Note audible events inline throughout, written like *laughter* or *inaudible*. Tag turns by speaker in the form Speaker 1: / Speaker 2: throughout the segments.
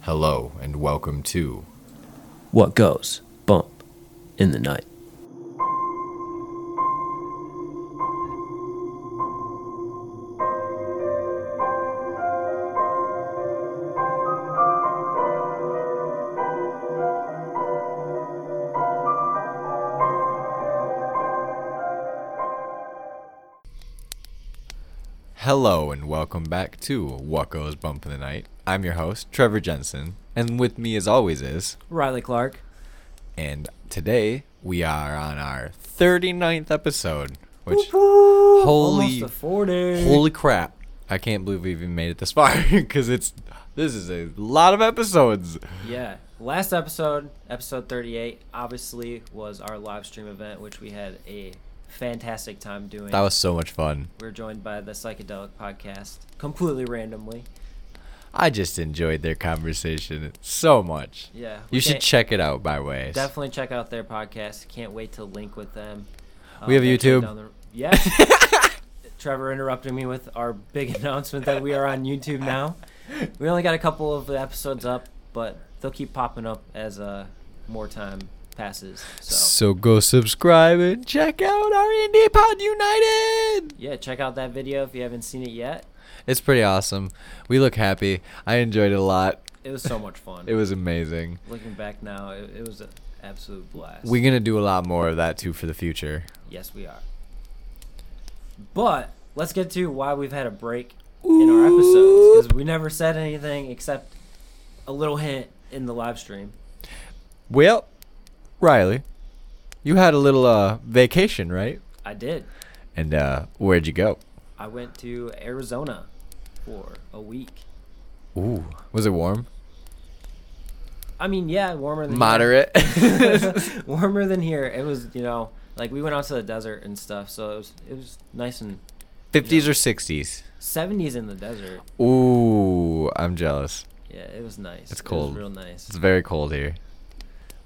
Speaker 1: Hello and welcome to.
Speaker 2: What goes bump in the night?
Speaker 1: Hello and welcome back to What Goes Bump in the Night. I'm your host, Trevor Jensen, and with me as always is.
Speaker 3: Riley Clark.
Speaker 1: And today we are on our 39th episode, which holy
Speaker 3: Almost a 40.
Speaker 1: holy crap. I can't believe we even made it this far *laughs* cuz it's this is a lot of episodes.
Speaker 3: Yeah. Last episode, episode 38, obviously was our live stream event, which we had a fantastic time doing.
Speaker 1: That was so much fun.
Speaker 3: we are joined by the Psychedelic Podcast completely randomly.
Speaker 1: I just enjoyed their conversation so much.
Speaker 3: Yeah. we
Speaker 1: You should
Speaker 3: can't-
Speaker 1: check it out by ways. *laughs*
Speaker 3: definitely check out their podcast. Can't wait to link with them.
Speaker 1: We have
Speaker 3: eventually
Speaker 1: YouTube.
Speaker 3: down the-
Speaker 1: *laughs*
Speaker 3: yeah. Trevor interrupted me with our big announcement that we are on YouTube now.
Speaker 1: *laughs*
Speaker 3: We only got a couple of episodes up, but they'll keep popping up as uh, more time passes. So
Speaker 1: So go subscribe and check out our Indie Pod United.
Speaker 3: yeah, check out that video if you haven't seen it yet.
Speaker 1: It's pretty awesome. We look happy. I enjoyed it a lot.
Speaker 3: It was so much fun.
Speaker 1: *laughs* It was amazing.
Speaker 3: Looking back now, it, it was an absolute blast.
Speaker 1: We're gonna do a lot more of that too for the future.
Speaker 3: yes, we are. But let's get to why we've had a break in our episodes because we never said anything except a little hint in the live stream.
Speaker 1: Well, Riley, you had a little uh vacation, right?
Speaker 3: I did.
Speaker 1: And uh where'd you go?
Speaker 3: I went to Arizona for a week.
Speaker 1: Ooh, was it warm?
Speaker 3: I mean, yeah, warmer than
Speaker 1: Moderate. *laughs*
Speaker 3: Here. *laughs* warmer than here. It was, you know, like we went out to the desert and stuff, so it was it was nice and
Speaker 1: 50s or 60s?
Speaker 3: 70s in the desert.
Speaker 1: Ooh, I'm jealous.
Speaker 3: Yeah, it was nice.
Speaker 1: It's
Speaker 3: It
Speaker 1: cold.
Speaker 3: was real nice.
Speaker 1: It's very cold here.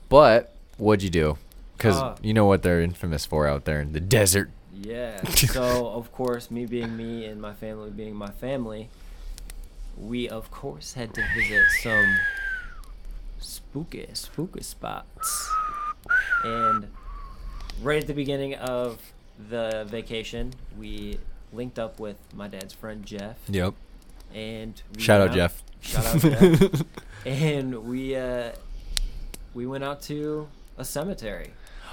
Speaker 1: But what'd you do? Cuz
Speaker 3: Uh.
Speaker 1: you know what they're infamous for out there in the desert. *laughs*
Speaker 3: Yeah. So of course, me being me and my family being my family, we of course had to visit some spooky, spooky spots. And right at the beginning of the vacation, we linked up with my dad's friend Jeff,
Speaker 1: Yep.
Speaker 3: and we
Speaker 1: Shout
Speaker 3: went
Speaker 1: out Jeff.
Speaker 3: Shout
Speaker 1: *laughs*
Speaker 3: out Jeff. And we uh, we went out to a cemetery.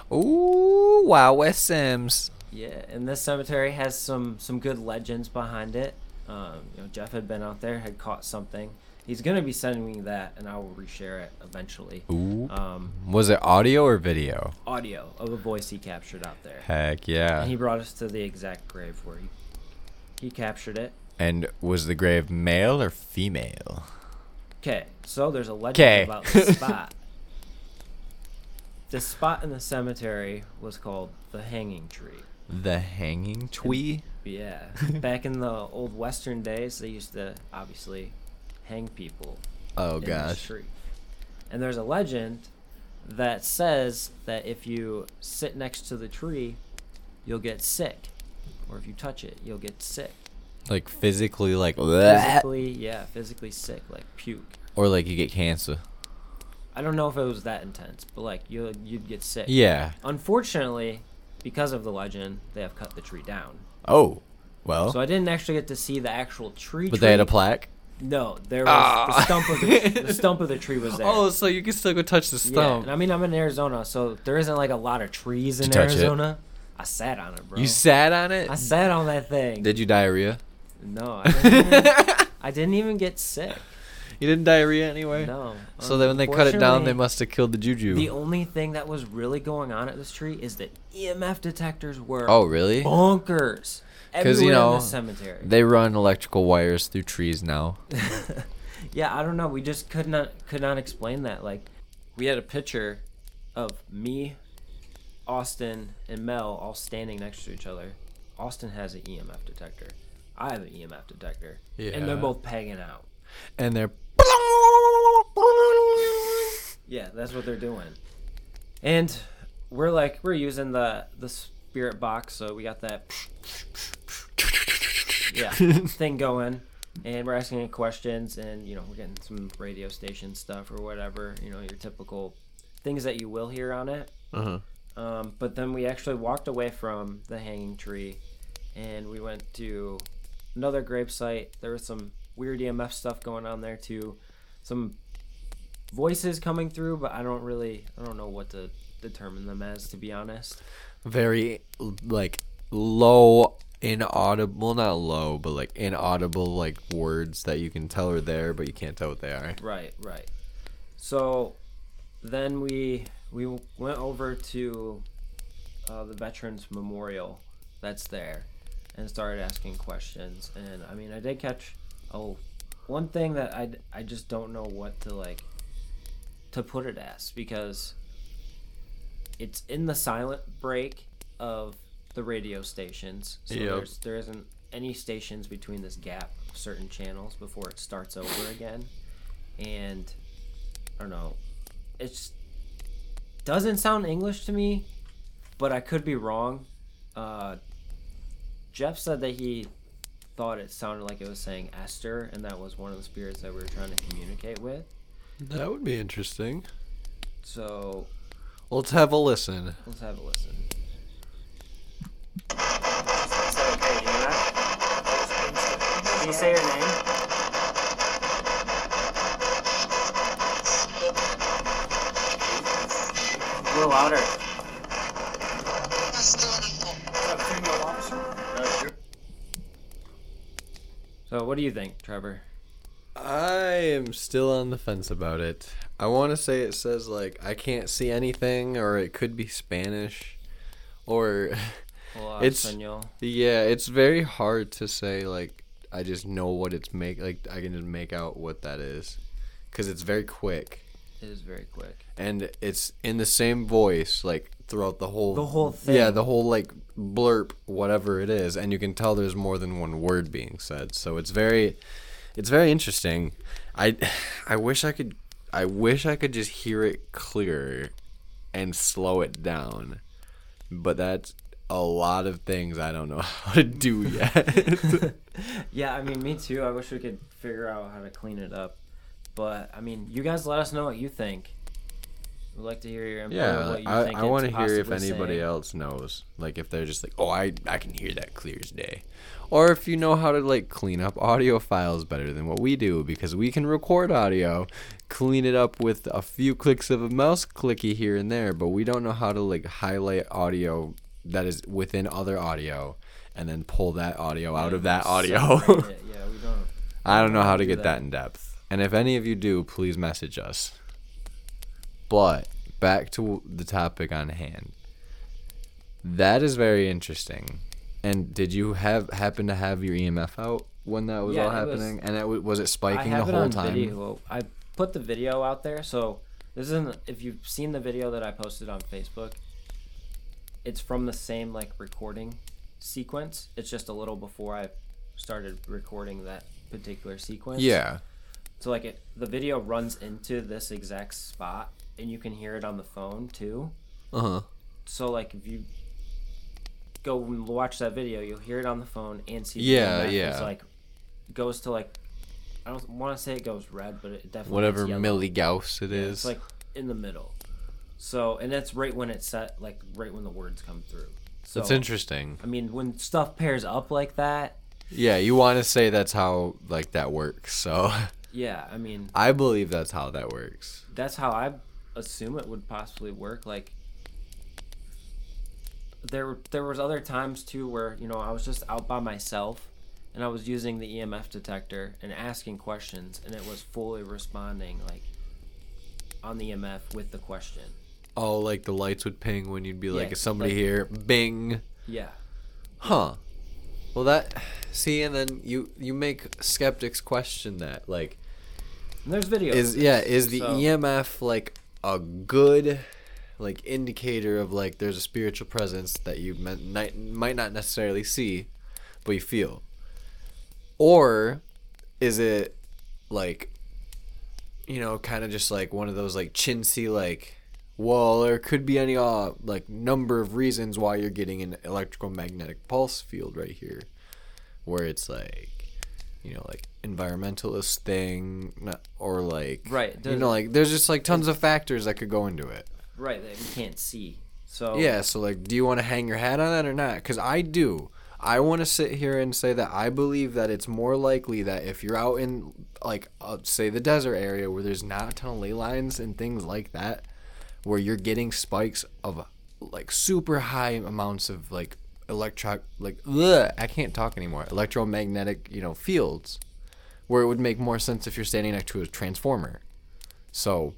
Speaker 1: Ooh, wow, West Sims.
Speaker 3: Yeah, and this cemetery has some some good legends behind it. Um, you know, Jeff had been out there, had caught something. He's gonna be sending me that, and I will reshare it eventually.
Speaker 1: Ooh.
Speaker 3: Um,
Speaker 1: Was it audio or video?
Speaker 3: audio of a voice he captured out there,
Speaker 1: Heck yeah.
Speaker 3: and he brought us to the exact grave where he he captured it.
Speaker 1: And was the grave male or female?
Speaker 3: Okay, so there's a legend
Speaker 1: 'Kay.
Speaker 3: about
Speaker 1: *laughs*
Speaker 3: the spot. the spot in the cemetery was called the Hanging Tree.
Speaker 1: The hanging tree.
Speaker 3: Yeah.
Speaker 1: *laughs*
Speaker 3: Back in the old Western days, they used to obviously hang people
Speaker 1: Oh
Speaker 3: in the
Speaker 1: gosh.
Speaker 3: street. And there's a legend that says that if you sit next to the tree, you'll get sick, or if you touch it, you'll get sick.
Speaker 1: Like physically, like
Speaker 3: Physically, yeah, physically sick, like puke.
Speaker 1: or like you get cancer.
Speaker 3: I don't know if it was that intense, but like you you'd get sick.
Speaker 1: Yeah.
Speaker 3: Unfortunately, because of the legend, they have cut the tree down.
Speaker 1: Oh. Well.
Speaker 3: So I didn't actually get to see the actual tree.
Speaker 1: but they had a
Speaker 3: tree.
Speaker 1: plaque.
Speaker 3: No, there was
Speaker 1: Ah.
Speaker 3: the stump of
Speaker 1: *laughs*
Speaker 3: the, the stump of the tree was there.
Speaker 1: Oh, so you can still go touch the
Speaker 3: yeah.
Speaker 1: stump.
Speaker 3: And I mean, I'm in Arizona, so there isn't like a lot of trees in
Speaker 1: Did you touch it?
Speaker 3: Arizona. I sat on it, bro.
Speaker 1: you sat on it.
Speaker 3: I sat on that thing.
Speaker 1: Did you diarrhea?
Speaker 3: no, I
Speaker 1: *laughs*
Speaker 3: didn't, even, I didn't even get sick.
Speaker 1: You didn't diarrhea anyway.
Speaker 3: No.
Speaker 1: So then when they cut it down, they
Speaker 3: Unfortunately,
Speaker 1: must have killed the juju.
Speaker 3: The only thing that was really going on at this tree is that EMF detectors were
Speaker 1: oh really?
Speaker 3: bonkers. Because
Speaker 1: you
Speaker 3: in
Speaker 1: know,
Speaker 3: the cemetery.
Speaker 1: They run electrical wires through trees *laughs* now.
Speaker 3: *laughs* Yeah, I don't know. We just could not could not explain that. Like, we had a picture of me, Austin, and Mel all standing next to each other. Austin has an EMF detector. I have an EMF detector, and
Speaker 1: Yeah.
Speaker 3: they're both pegging out.
Speaker 1: and they're.
Speaker 3: Yeah, that's what they're doing. And we're like, we're using the the *laughs* spirit box, so we got that yeah thing going. and we're asking questions, and you know, we're getting some radio station stuff or whatever. You know, your typical things that you will hear on it.
Speaker 1: Uh huh.
Speaker 3: Um, but then we actually walked away from the hanging tree and we went to another grave site. There was some weird EMF stuff going on there too. Some voices coming through, but I don't really I don't know what to determine them as to be honest.
Speaker 1: Very like low, inaudible. Not low, but like inaudible, like words that you can tell are there, but you can't tell what they are.
Speaker 3: Right, right. So then we we went over to uh, the Veterans Memorial that's there and started asking questions. And I mean, I did catch oh one thing that I I just don't know what to like to put it as because it's in the silent break of the radio stations. So
Speaker 1: Yep.
Speaker 3: there's there isn't any stations between this gap of certain channels before it starts over again. And I don't know. It's doesn't sound English to me, but I could be wrong. Uh, Jeff said that he thought it sounded like it was saying Esther, and that was one of the spirits that we were trying to communicate with.
Speaker 1: That would be interesting.
Speaker 3: So
Speaker 1: Let's have a listen.
Speaker 3: let's have a listen.
Speaker 4: Can you say your name? A little louder.
Speaker 3: So what do you think, Trevor?
Speaker 1: I am still on the fence about it. I want to say it says like I can't see anything, or it could be Spanish, or *laughs*
Speaker 3: Hola,
Speaker 1: It's-
Speaker 3: Senor.
Speaker 1: yeah, it's very hard to say. Like I just know what it's make. Like I can just make out what that is, because it's very quick
Speaker 3: It is very quick.
Speaker 1: and it's in the same voice like throughout the whole
Speaker 3: The whole thing.
Speaker 1: Yeah, the whole like blurb, whatever it is, and you can tell there's more than one word being said. So it's very, it's very interesting. I, *sighs* I wish I could, I wish I could just hear it clearer, and slow it down, but that's a lot of things I don't know *laughs* how to do yet. *laughs*
Speaker 3: Yeah, I mean, me too. I wish we could figure out how to clean it up. But, I mean, you guys let us know what you think. We'd like to hear your input. on
Speaker 1: yeah,
Speaker 3: what you
Speaker 1: I,
Speaker 3: think
Speaker 1: I
Speaker 3: it's
Speaker 1: want to hear if
Speaker 3: possibly
Speaker 1: anybody
Speaker 3: saying.
Speaker 1: else knows. Like if they're just like, oh, I I can hear that clear as day, or if you know how to like clean up audio files better than what we do because we can record audio, clean it up with a few clicks of a mouse clicky here and there, but we don't know how to like highlight audio that is within other audio. And then pull that audio out of that audio. *laughs*
Speaker 3: Separate it. Yeah, we don't.
Speaker 1: I don't know how to
Speaker 3: do
Speaker 1: get
Speaker 3: that.
Speaker 1: that in depth. And if any of you do, please message us. But back to the topic on hand. That is very interesting. And did you have happen to have your EMF out when that was
Speaker 3: Yeah,
Speaker 1: all
Speaker 3: it was-
Speaker 1: happening? and it w- was it
Speaker 3: I
Speaker 1: spiking the
Speaker 3: have it
Speaker 1: whole
Speaker 3: on
Speaker 1: time?
Speaker 3: video. I put the video out there, so this isn't. If you've seen the video that I posted on Facebook, it's from the same like recording sequence. It's just a little before I started recording that particular sequence.
Speaker 1: Yeah.
Speaker 3: So like it, the video runs into this exact spot, and you can hear it on the phone too.
Speaker 1: Uh huh.
Speaker 3: So like if you go and watch that video, you'll hear it on the phone and see.
Speaker 1: Yeah,
Speaker 3: the
Speaker 1: yeah.
Speaker 3: It's like goes to like I don't want to say it goes red, but it definitely
Speaker 1: Whatever
Speaker 3: gets yellow.
Speaker 1: milli gauss it is.
Speaker 3: It's like in the middle. So and that's right when it's set, like right when the words come through. So
Speaker 1: That's interesting.
Speaker 3: I mean, when stuff pairs up like that,
Speaker 1: Yeah, you want to say that's how like that works. So *laughs*
Speaker 3: yeah. I mean,
Speaker 1: I believe that's how that works.
Speaker 3: that's how I assume it would possibly work. Like there there was other times too where you know I was just out by myself and I was using the EMF detector and asking questions and it was fully responding like on the EMF with the question.
Speaker 1: Oh, like the lights would ping when you'd be like,
Speaker 3: Yeah,
Speaker 1: "Is somebody
Speaker 3: like-
Speaker 1: here?" Bing.
Speaker 3: Yeah.
Speaker 1: Huh. Well, that see, and then you you make skeptics question that. Like,
Speaker 3: And there's video.
Speaker 1: is yeah, is the E
Speaker 3: So-
Speaker 1: EMF like a good like indicator of like there's a spiritual presence that you might ni- might not necessarily see, but you feel, or is it like you know kind of just like one of those like chintzy like well there could be any uh like number of reasons why you're getting an electrical magnetic pulse field right here where it's like you know like environmentalist thing not- or like
Speaker 3: Right,
Speaker 1: you
Speaker 3: there's-
Speaker 1: know like there's just like tons of factors that could go into it
Speaker 3: Right, that we can't see. So
Speaker 1: yeah so like do you want to hang your hat on that or not because i do i want to sit here and say that i believe that it's more likely that if you're out in like uh, say the desert area where there's not a ton of ley lines and things like that where you're getting spikes of like super high amounts of like electro like ugh, i can't talk anymore electromagnetic you know fields where it would make more sense if you're standing next to a transformer so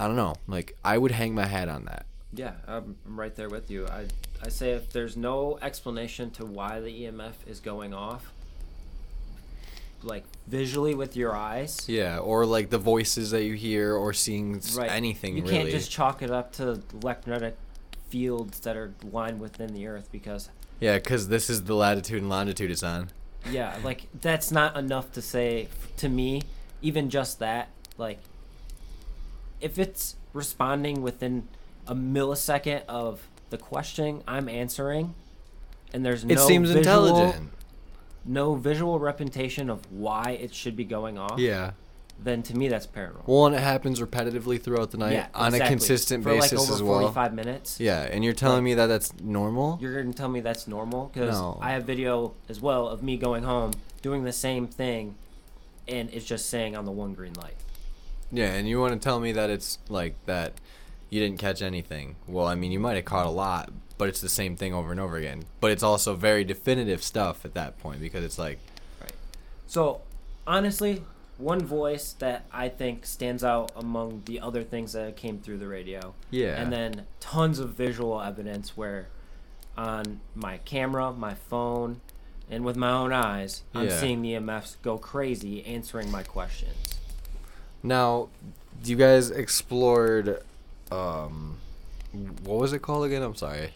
Speaker 1: i don't know like i would hang my hat on that
Speaker 3: Yeah, I'm I'm right there with you. I, I say if there's no explanation to why the EMF is going off, like visually with your eyes,
Speaker 1: Yeah, or like the voices that you hear, or seeing s-
Speaker 3: right?
Speaker 1: anything
Speaker 3: You
Speaker 1: really.
Speaker 3: can't just chalk it up to electromagnetic fields that are lined within the Earth because,
Speaker 1: yeah, because this is the latitude and longitude it's on.
Speaker 3: yeah, like that's not enough to say f- to me. Even just that, like, if it's responding within a millisecond of the question I'm answering, and there's no
Speaker 1: it seems
Speaker 3: visual-
Speaker 1: intelligent.
Speaker 3: no visual representation of why it should be going off,
Speaker 1: Oh. Yeah.
Speaker 3: then to me that's paranormal.
Speaker 1: Well, and it happens repetitively throughout the night on
Speaker 3: exactly.
Speaker 1: a consistent
Speaker 3: For
Speaker 1: basis
Speaker 3: like over
Speaker 1: as well.
Speaker 3: 45 minutes.
Speaker 1: Yeah, and you're telling me that that's normal?
Speaker 3: You're going to tell me that's normal cuz
Speaker 1: No.
Speaker 3: I have video as well of me going home doing the same thing and it's just saying on the one green light.
Speaker 1: Yeah, and you want to tell me that it's like that you didn't catch anything. Well, I mean, you might have caught a lot, but it's the same thing over and over again. But it's also very definitive stuff at that point because it's like,
Speaker 3: So, honestly, one voice that I think stands out among the other things that came through the radio.
Speaker 1: Yeah.
Speaker 3: And then tons of visual evidence where on my camera, my phone, and with my own eyes, I'm
Speaker 1: Yeah.
Speaker 3: seeing the EMFs go crazy answering my questions.
Speaker 1: Now, you guys explored, um, what was it called again? I'm sorry.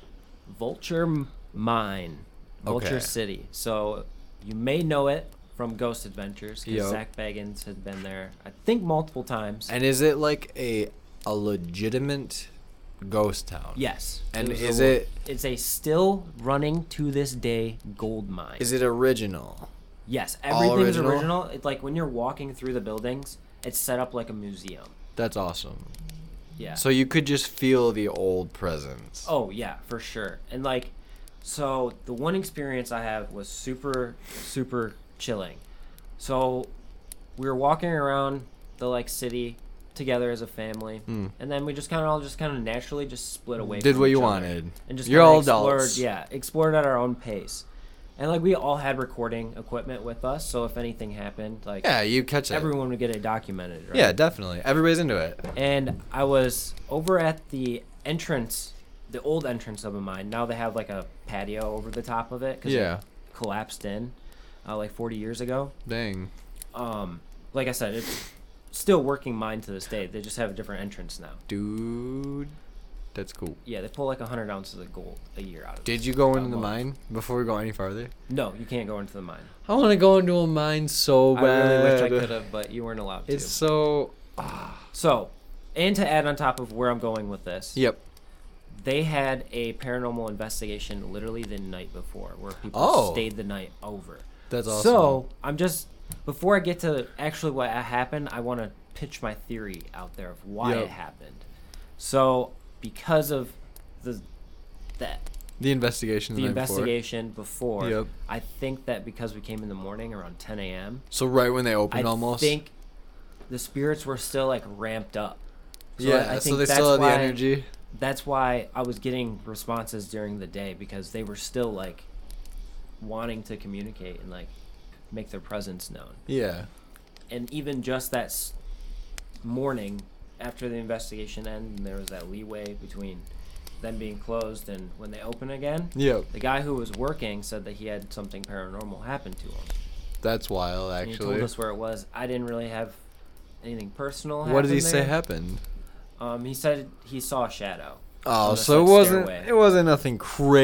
Speaker 3: Vulture M- Mine, Vulture
Speaker 1: Okay.
Speaker 3: City. So you may know it from Ghost Adventures because
Speaker 1: Yep.
Speaker 3: Zach Baggins has been there, I think, multiple times.
Speaker 1: And is it like a a legitimate ghost town?
Speaker 3: yes.
Speaker 1: And
Speaker 3: was
Speaker 1: is
Speaker 3: a-
Speaker 1: it
Speaker 3: It's a still running to this day gold mine.
Speaker 1: is it original?
Speaker 3: yes,
Speaker 1: all
Speaker 3: everything's
Speaker 1: original?
Speaker 3: original. It's like when you're walking through the buildings, it's set up like a museum.
Speaker 1: That's awesome.
Speaker 3: Yeah.
Speaker 1: So you could just feel the old presence.
Speaker 3: Oh yeah, for sure. And like, so the one experience I have was super, super chilling. So we were walking around the like city together as a family, and then we just kind of all just kind of naturally just split away.
Speaker 1: Hmm. Did
Speaker 3: from
Speaker 1: what
Speaker 3: each
Speaker 1: you
Speaker 3: other
Speaker 1: wanted.
Speaker 3: and just
Speaker 1: You're
Speaker 3: kinda
Speaker 1: all
Speaker 3: explored,
Speaker 1: adults.
Speaker 3: Yeah, explored at our own pace, and like we all had recording equipment with us, so if anything happened, like
Speaker 1: Yeah, you catch it.
Speaker 3: everyone would get it documented. Right?
Speaker 1: Yeah, definitely. Everybody's into it.
Speaker 3: and I was over at the entrance, the old entrance of a mine. Now they have like a patio over the top of it because
Speaker 1: Yeah.
Speaker 3: it collapsed in uh, like 40 years ago.
Speaker 1: Dang.
Speaker 3: Um, like I said, it's still working mine to this day. They just have a different entrance now.
Speaker 1: Dude, that's cool.
Speaker 3: Yeah, they pull like 100 ounces of gold a year out of it.
Speaker 1: Did you go into the
Speaker 3: Almost.
Speaker 1: mine before we go any farther?
Speaker 3: No, you can't go into the mine.
Speaker 1: I want to go into a mine so
Speaker 3: I
Speaker 1: Oh, bad.
Speaker 3: really wish I could have, but you weren't allowed to.
Speaker 1: It's so.
Speaker 3: So, and to add on top of where I'm going with this,
Speaker 1: Yep.
Speaker 3: they had a paranormal investigation literally the night before where people
Speaker 1: Oh.
Speaker 3: stayed the night over.
Speaker 1: That's awesome.
Speaker 3: So I'm just before I get to actually what happened, I want to pitch my theory out there of why
Speaker 1: Yep.
Speaker 3: it happened. So because of the that
Speaker 1: The investigation.
Speaker 3: the
Speaker 1: night before.
Speaker 3: investigation before,
Speaker 1: Yep.
Speaker 3: I think that because we came in the morning around 10 a.m.,
Speaker 1: So right when they opened,
Speaker 3: I
Speaker 1: almost.
Speaker 3: think the spirits were still like ramped up. So
Speaker 1: yeah.
Speaker 3: I, I
Speaker 1: so
Speaker 3: think
Speaker 1: they
Speaker 3: that's
Speaker 1: still had the
Speaker 3: why-
Speaker 1: energy.
Speaker 3: that's why I was getting responses during the day because they were still like wanting to communicate and like make their presence known.
Speaker 1: Yeah.
Speaker 3: And even just that s- morning after the investigation ended, and there was that leeway between them being closed and when they open again.
Speaker 1: Yep.
Speaker 3: The guy who was working said that he had something paranormal happen to him.
Speaker 1: That's wild,
Speaker 3: And he told
Speaker 1: actually.
Speaker 3: us where it was. I didn't really have anything personal.
Speaker 1: What did he
Speaker 3: happen
Speaker 1: say
Speaker 3: there.
Speaker 1: happened?
Speaker 3: Um, he said he saw a shadow.
Speaker 1: Oh,
Speaker 3: On the
Speaker 1: so it
Speaker 3: side
Speaker 1: wasn't.
Speaker 3: stairway.
Speaker 1: It wasn't nothing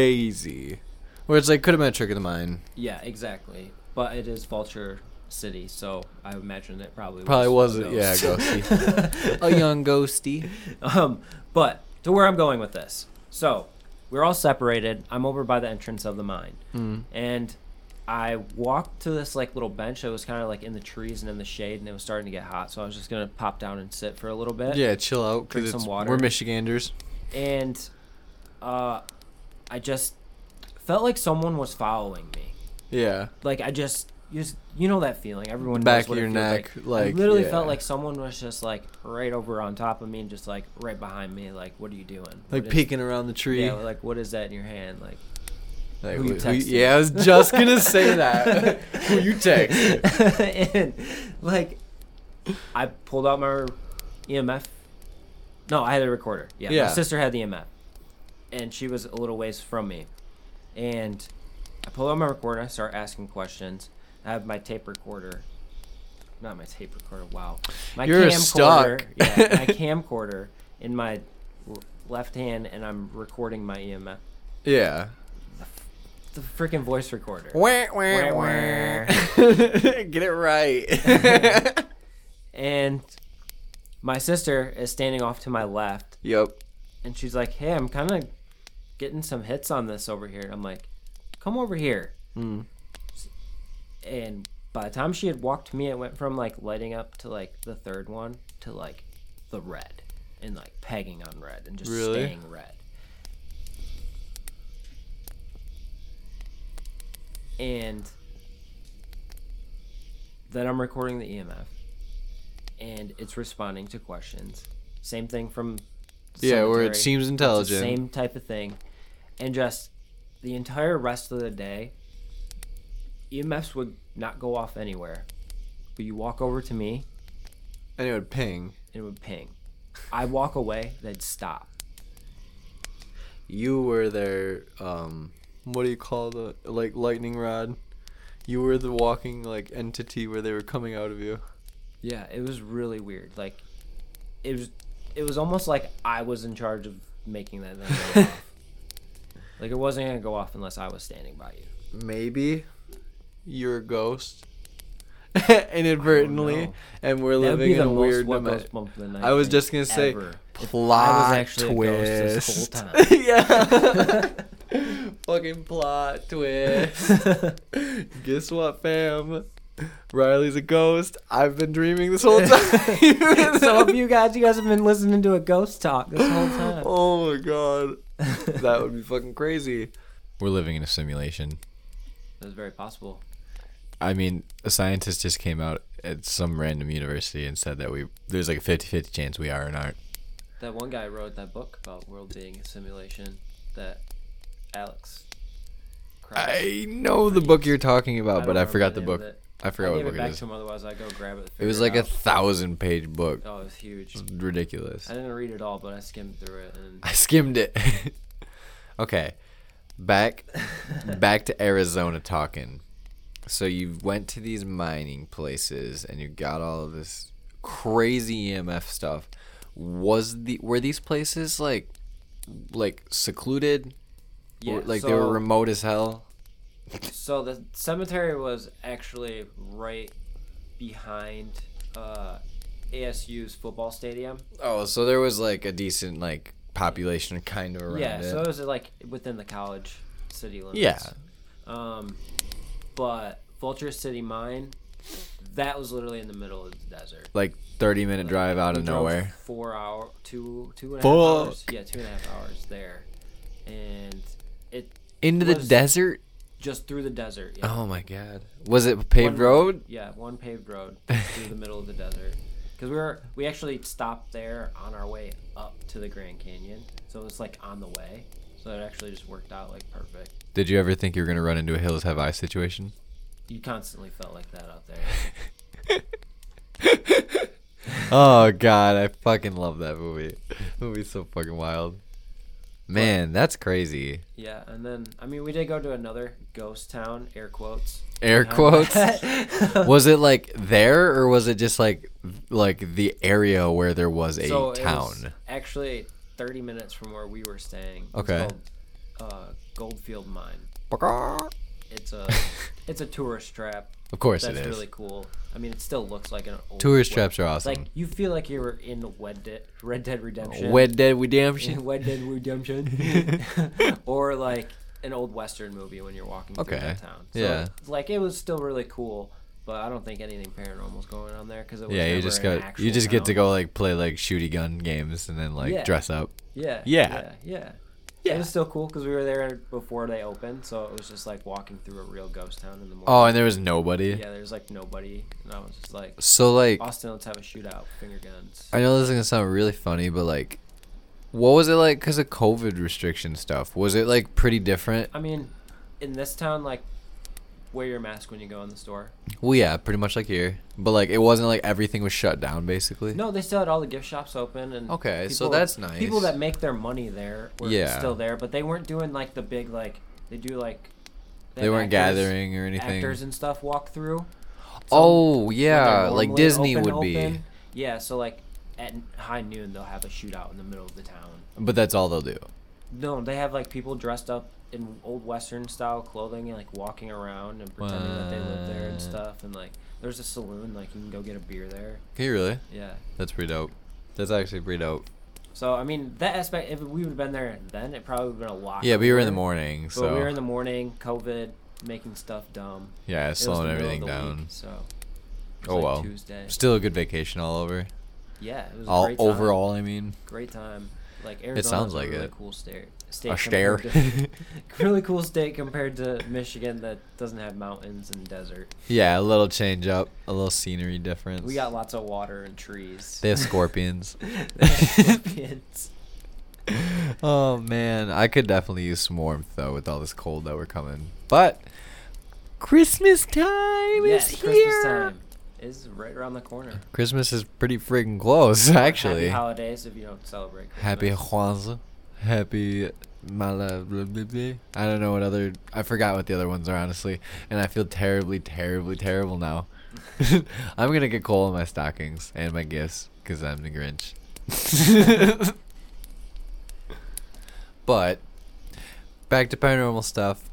Speaker 1: crazy. Where it's like could have been a trick of the mind.
Speaker 3: Yeah, exactly. But it is Vulture City, so I imagine it probably
Speaker 1: Probably
Speaker 3: was
Speaker 1: wasn't.
Speaker 3: one
Speaker 1: Yeah,
Speaker 3: of those.
Speaker 1: ghosty. *laughs*
Speaker 3: *laughs*
Speaker 1: a young ghosty.
Speaker 3: um, but to where I'm going with
Speaker 1: Mm.
Speaker 3: this. So we're all separated. I'm over by the entrance of the mine, and I walked to this like little bench that was kind of like in the trees and in the shade, and it was starting to get hot, so I was just gonna pop down and sit for a little bit.
Speaker 5: Yeah, chill out
Speaker 3: Drink
Speaker 5: because
Speaker 3: some
Speaker 5: it's
Speaker 3: water.
Speaker 5: we're Michiganders.
Speaker 3: and uh, I just felt like someone was following me.
Speaker 5: Yeah,
Speaker 3: Like I just, you just you know that feeling. Everyone
Speaker 5: Back
Speaker 3: knows what
Speaker 5: of
Speaker 3: it
Speaker 5: your
Speaker 3: feels
Speaker 5: neck,
Speaker 3: Like.
Speaker 5: like,
Speaker 3: I literally
Speaker 5: yeah.
Speaker 3: felt like someone was just like right over on top of me and just like right behind me. Like, what are you doing? What
Speaker 5: like
Speaker 3: is-
Speaker 5: peeking around the tree.
Speaker 3: Yeah, like what is that in your hand? Like,
Speaker 5: Like,
Speaker 3: who you
Speaker 5: wh-
Speaker 3: texting.
Speaker 5: yeah, I was just gonna say
Speaker 3: *laughs*
Speaker 5: that. *laughs* who you text?
Speaker 3: and like, I pulled out my EMF. No, I had a recorder. Yeah,
Speaker 5: Yeah.
Speaker 3: my sister had the EMF, and she was a little ways from me. And I pull out my recorder. I start asking questions. I have my tape recorder. Not my tape recorder. Wow, my
Speaker 5: You're a
Speaker 3: camcorder.
Speaker 5: stock.
Speaker 3: yeah,
Speaker 5: *laughs*
Speaker 3: my camcorder in my r- left hand, and I'm recording my EMF.
Speaker 5: Yeah.
Speaker 3: The freaking voice recorder.
Speaker 5: Wah, wah, wah. *laughs* Get it
Speaker 3: *laughs*
Speaker 5: right.
Speaker 3: and my sister is standing off to my left
Speaker 5: yep.
Speaker 3: and she's like hey i'm kind of getting some hits on this over here and i'm like come over here and by the time she had walked me it went from like lighting up to like the third one to like the red and like pegging on red and just
Speaker 5: Really?
Speaker 3: staying red and then i'm recording the E emf and it's responding to questions same thing from
Speaker 5: Yeah, where it
Speaker 3: cemetery.
Speaker 5: seems intelligent.
Speaker 3: Same type of thing. And just the entire rest of the day, EMFs would not go off anywhere. But you walk over to me
Speaker 5: And it would ping.
Speaker 3: and it would ping. I walk away, they'd stop.
Speaker 5: You were their um what do you call the like lightning rod? You were the walking like entity where they were coming out of
Speaker 3: *laughs*
Speaker 5: you.
Speaker 3: Yeah, it was really weird. Like it was it was almost like I was in charge of making that thing go off. Like it wasn't gonna go off unless I was standing by you.
Speaker 5: Maybe you're a ghost. *laughs* Inadvertently,
Speaker 3: know.
Speaker 5: and we're
Speaker 3: That
Speaker 5: *laughs*
Speaker 3: would
Speaker 5: living
Speaker 3: be
Speaker 5: in
Speaker 3: the
Speaker 5: a
Speaker 3: most
Speaker 5: weird
Speaker 3: what goes
Speaker 5: dimen-
Speaker 3: bump the night
Speaker 5: I was
Speaker 3: thing
Speaker 5: just gonna say,
Speaker 3: ever. If
Speaker 5: plot
Speaker 3: I was actually a ghost this whole
Speaker 5: twist.
Speaker 3: time.
Speaker 5: *laughs* yeah, *laughs* fucking plot twist.
Speaker 3: *laughs*
Speaker 5: Guess what, fam? Riley's a ghost. I've been dreaming this whole *laughs*
Speaker 3: *laughs*
Speaker 5: time.
Speaker 3: Some of you guys, you guys have been listening to a ghost talk this whole time.
Speaker 5: oh my god, *laughs* that would be fucking crazy.
Speaker 1: We're living in a simulation.
Speaker 3: It was very possible.
Speaker 1: I mean, a scientist just came out at some random university and said that we there's like a 50-50 chance we are and aren't.
Speaker 3: That one guy wrote that book about world being a simulation. That Alex. Kraus.
Speaker 1: I know the book you're talking
Speaker 3: I
Speaker 1: about,
Speaker 3: don't
Speaker 1: Oh, but I
Speaker 3: remember
Speaker 1: forgot
Speaker 3: the
Speaker 1: the
Speaker 3: name of
Speaker 1: book.
Speaker 3: it.
Speaker 1: I
Speaker 3: I
Speaker 1: forgot
Speaker 3: gave
Speaker 1: what
Speaker 3: it
Speaker 1: book it
Speaker 3: back
Speaker 1: is.
Speaker 3: to him, otherwise I go grab it.
Speaker 1: It was like
Speaker 3: figure
Speaker 1: a Mm.
Speaker 3: out.
Speaker 1: thousand page book.
Speaker 3: oh, it was huge.
Speaker 1: Ridiculous.
Speaker 3: I didn't read it all, but I skimmed through it. And
Speaker 1: I skimmed it. *laughs* okay. Back back to Arizona talking. So you went to these mining places and you got all of this crazy EMF stuff. Was the were these places like like secluded? Or, like they were
Speaker 3: so-
Speaker 1: remote as hell?
Speaker 3: So the cemetery was actually right behind uh, ASU's football stadium.
Speaker 1: Oh, so there was like a decent like population *laughs* kind of around
Speaker 3: yeah,
Speaker 1: it.
Speaker 3: so it was like within the college city limits.
Speaker 1: yeah.
Speaker 3: Um, but Vulture City Mine, that was literally in the middle of the desert.
Speaker 1: Like 30 minute drive out
Speaker 3: We
Speaker 1: of
Speaker 3: drove
Speaker 1: nowhere.
Speaker 3: Four hour, two two and a half hours. Yeah, two and a half hours there, and it
Speaker 1: Into the
Speaker 3: was
Speaker 1: desert?
Speaker 3: just through the desert. Yeah.
Speaker 1: Oh my god. Was it a paved
Speaker 3: One-
Speaker 1: road?
Speaker 3: Yeah, one paved road *laughs* through the middle of the desert. Because we were we actually stopped there on our way up to the Grand Canyon, so it was like on the way. So it actually just worked out like perfect.
Speaker 1: Did you ever think you were gonna run into a Hills Have Eyes situation?
Speaker 3: You constantly felt like
Speaker 1: *laughs*
Speaker 3: that out there.
Speaker 1: Oh god, I fucking love that movie. movie's so fucking wild. Man, that's crazy.
Speaker 3: Yeah, and then I mean we did go to another ghost town, air quotes. *laughs*
Speaker 1: Air quotes. was it like there or was it just like like the area where there was a
Speaker 3: so it was
Speaker 1: town?
Speaker 3: actually, thirty minutes from where we were staying. It's
Speaker 1: Okay.
Speaker 3: called, uh, Goldfield Mine.
Speaker 1: *laughs*
Speaker 3: It's a it's a tourist trap.
Speaker 1: Of course
Speaker 3: That's
Speaker 1: it is.
Speaker 3: really cool. I mean, it still looks like an old
Speaker 1: Tourist
Speaker 3: web-
Speaker 1: traps are
Speaker 3: It's
Speaker 1: awesome.
Speaker 3: Like you feel like you were in Red Dead Red Dead Redemption.
Speaker 1: Wed Dead Redemption. *laughs*
Speaker 3: Red Dead Redemption. or like an old western movie when you're walking
Speaker 1: Okay.
Speaker 3: through that town.
Speaker 1: Yeah.
Speaker 3: like it was still really cool, but I don't think anything paranormal was going on there because it was
Speaker 1: Yeah, you
Speaker 3: never
Speaker 1: just
Speaker 3: an
Speaker 1: got
Speaker 3: actual
Speaker 1: you just get to
Speaker 3: town.
Speaker 1: go like play like shooty gun games and then like
Speaker 3: Yeah.
Speaker 1: dress up.
Speaker 3: Yeah,
Speaker 1: Yeah.
Speaker 3: yeah, yeah. It was still cool because we were there before they opened, so it was just like walking through a real ghost town in the morning.
Speaker 1: Oh, and there was nobody.
Speaker 3: yeah, there's like nobody, and I was just like,
Speaker 1: So like
Speaker 3: Austin, let's have a shootout, finger guns.
Speaker 1: I know this is gonna sound really funny, but like, what was it like because of COVID restriction stuff? Was it like pretty different?
Speaker 3: I mean, in this town, like, wear your mask when you go in the store.
Speaker 1: Well, yeah, pretty much like here, but like it wasn't like everything was shut down basically.
Speaker 3: No, they still had all the gift shops open, and
Speaker 1: Okay, so that's nice.
Speaker 3: People that make their money there were
Speaker 1: Yeah.
Speaker 3: still there, but they weren't doing like the big like they do like
Speaker 1: they weren't
Speaker 3: actors-
Speaker 1: gathering or anything.
Speaker 3: Actors and stuff walk through.
Speaker 1: oh
Speaker 3: when they're
Speaker 1: yeah, like
Speaker 3: normally
Speaker 1: Disney
Speaker 3: open,
Speaker 1: would be,
Speaker 3: open. Yeah, so like at n- high noon they'll have a shootout in the middle of the town.
Speaker 1: but that's all they'll do.
Speaker 3: No, they have like people dressed up in old western style clothing and like walking around and pretending that they live there
Speaker 1: What?
Speaker 3: and stuff. And like there's a saloon like you can go get a beer there.
Speaker 1: Can you really?
Speaker 3: Yeah.
Speaker 1: That's pretty dope. That's actually pretty dope.
Speaker 3: So I mean that aspect if we would have been there then it probably would have been a lot.
Speaker 1: Yeah, but you were in the
Speaker 3: cooler.
Speaker 1: morning,
Speaker 3: But
Speaker 1: so
Speaker 3: we were in the morning, COVID, making stuff dumb.
Speaker 1: yeah,
Speaker 3: It was the
Speaker 1: slowing
Speaker 3: middle of
Speaker 1: everything
Speaker 3: the week,
Speaker 1: down.
Speaker 3: so it was,
Speaker 1: Oh
Speaker 3: like,
Speaker 1: well,
Speaker 3: Tuesday.
Speaker 1: still a good vacation all over.
Speaker 3: yeah, it was a
Speaker 1: All
Speaker 3: great time.
Speaker 1: overall, I mean.
Speaker 3: Great time. Like Arizona
Speaker 1: sounds
Speaker 3: like
Speaker 1: like
Speaker 3: a really
Speaker 1: it.
Speaker 3: cool state. state
Speaker 1: stare. *laughs*
Speaker 3: compared to- *laughs* really cool state compared to Michigan that doesn't have mountains and desert.
Speaker 1: Yeah, a little change up, a little scenery difference.
Speaker 3: We got lots of water and trees.
Speaker 1: They have scorpions.
Speaker 3: *laughs* They have scorpions.
Speaker 1: *laughs* oh man, I could definitely use some warmth though with all this cold that we're coming. But Christmas time
Speaker 3: yes,
Speaker 1: is here.
Speaker 3: Christmas time is right around the corner.
Speaker 1: Christmas is pretty friggin' close, *laughs* actually.
Speaker 3: happy holidays if you don't celebrate. Christmas.
Speaker 1: Happy Kwanzaa. Happy Mala. Blah, blah, blah. I don't know what other. I forgot what the other ones are honestly, and I feel terribly, terribly, terrible now. *laughs* I'm gonna get coal in my stockings and my gifts because I'm the *laughs* Grinch. but back to paranormal stuff.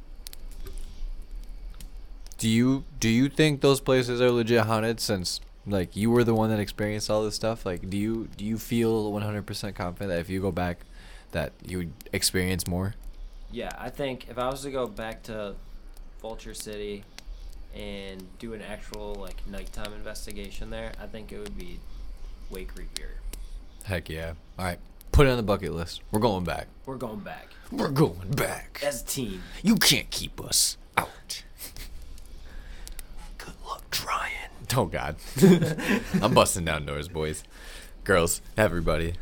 Speaker 1: Do you do you think those places are legit haunted since like you were the one that experienced all this stuff? Like do you do you feel 100% confident that if you go back that you would experience more?
Speaker 3: Yeah, I think if I was to go back to Vulture City and do an actual like nighttime investigation there, I think it would be way creepier.
Speaker 1: Heck yeah. All right. Put it on the bucket list. We're going back.
Speaker 3: We're going back
Speaker 1: We're going back.
Speaker 3: as a team.
Speaker 1: You can't keep us out. Good luck trying. Oh God, *laughs* I'm busting down doors, boys, girls, everybody.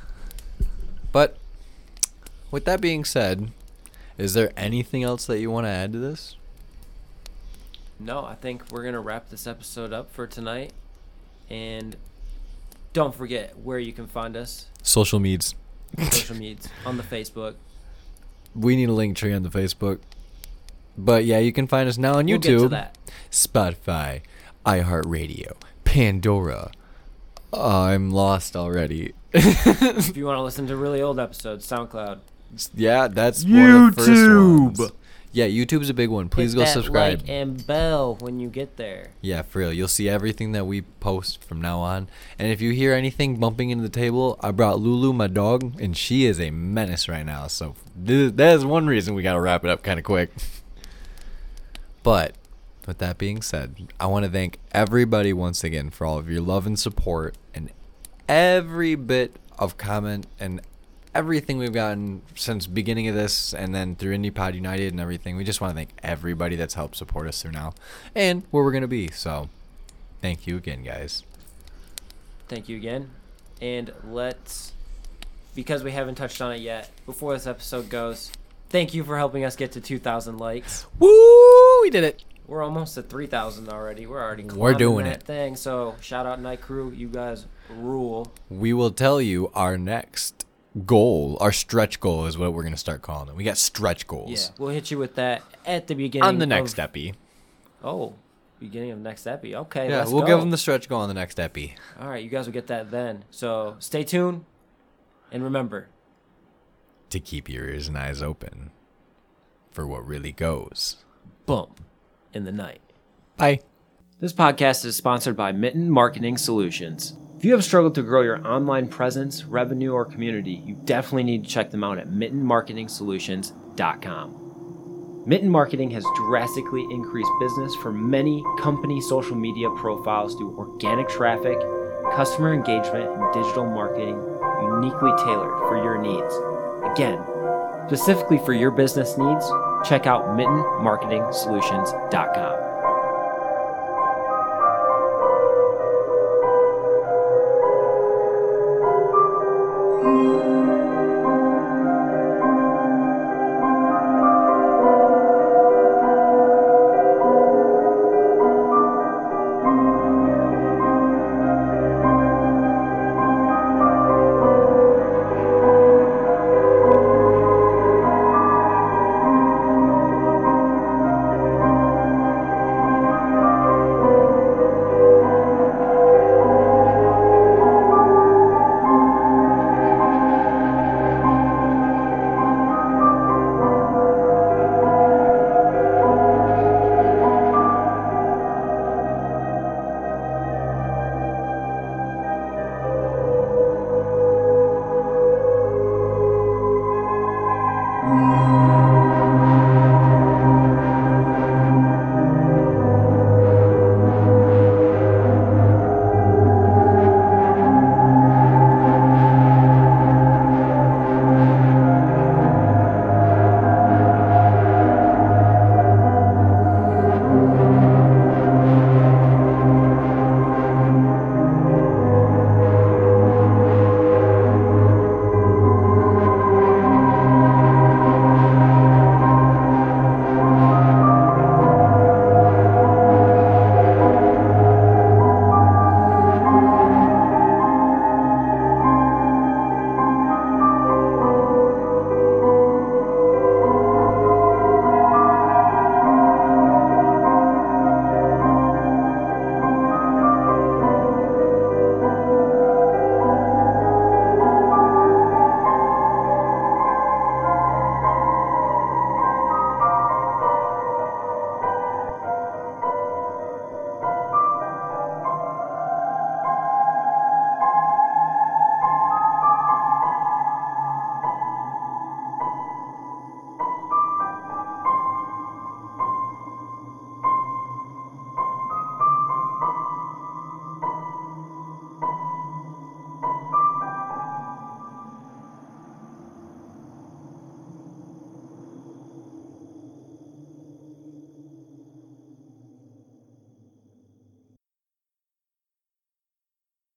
Speaker 1: But with that being said, is there anything else that you want to add to this?
Speaker 3: No, I think we're gonna wrap this episode up for tonight, and don't forget where you can find us
Speaker 1: Social medias. *laughs*
Speaker 3: social medias on the Facebook.
Speaker 1: We need a link tree on the Facebook. But yeah, you can find us now on
Speaker 3: We'll
Speaker 1: YouTube,
Speaker 3: get to that.
Speaker 1: Spotify, iHeartRadio, Pandora. I'm lost already. *laughs*
Speaker 3: If you want to listen to really old episodes, SoundCloud.
Speaker 1: Yeah, that's one of the first
Speaker 2: YouTube.
Speaker 1: ones. Yeah, YouTube's a big one. Please
Speaker 3: Hit
Speaker 1: go
Speaker 3: that
Speaker 1: subscribe.
Speaker 3: like and bell when you get there.
Speaker 1: yeah, for real. You'll see everything that we post from now on. And if you hear anything bumping into the table, I brought Lulu, my dog, and she is a menace right now. So th- that is one reason we got to wrap it up kind of quick. But with that being said, I want to thank everybody once again for all of your love and support and every bit of comment and everything we've gotten since beginning of this and then through IndiePod United and everything. We just want to thank everybody that's helped support us through now and where we're going to be. So thank you again, guys.
Speaker 3: Thank you again. And let's, because we haven't touched on it yet, before this episode goes, thank you for helping us get to 2,000 likes.
Speaker 1: Woo! We did it.
Speaker 3: We're almost at 3,000 already. We're already
Speaker 1: We're
Speaker 3: climbing
Speaker 1: doing
Speaker 3: that
Speaker 1: it.
Speaker 3: thing. So shout out Night Crew, you guys rule.
Speaker 1: We will tell you our next goal, our stretch goal is what we're going to start calling it. We got stretch
Speaker 3: Yeah,
Speaker 1: goals
Speaker 3: we'll hit you with that at the beginning.
Speaker 1: on the next
Speaker 3: of,
Speaker 1: epi.
Speaker 3: Oh, beginning of next epi. Okay,
Speaker 1: Yeah,
Speaker 3: let's
Speaker 1: we'll
Speaker 3: go.
Speaker 1: give them the stretch goal on the next epi.
Speaker 3: All right, you guys will get that then. So stay tuned, and remember,
Speaker 1: to keep your ears and eyes open for what really goes.
Speaker 3: bump in the night.
Speaker 1: Bye.
Speaker 3: This podcast is sponsored by Mitten Marketing Solutions. If you have struggled to grow your online presence, revenue, or community, you definitely need to check them out at mittenmarketingsolutions.com. Mitten marketing has drastically increased business for many company social media profiles through organic traffic, customer engagement, and digital marketing uniquely tailored for your needs. Again, specifically for your business needs, check out mittenmarketingsolutions.com.
Speaker 6: Thank you.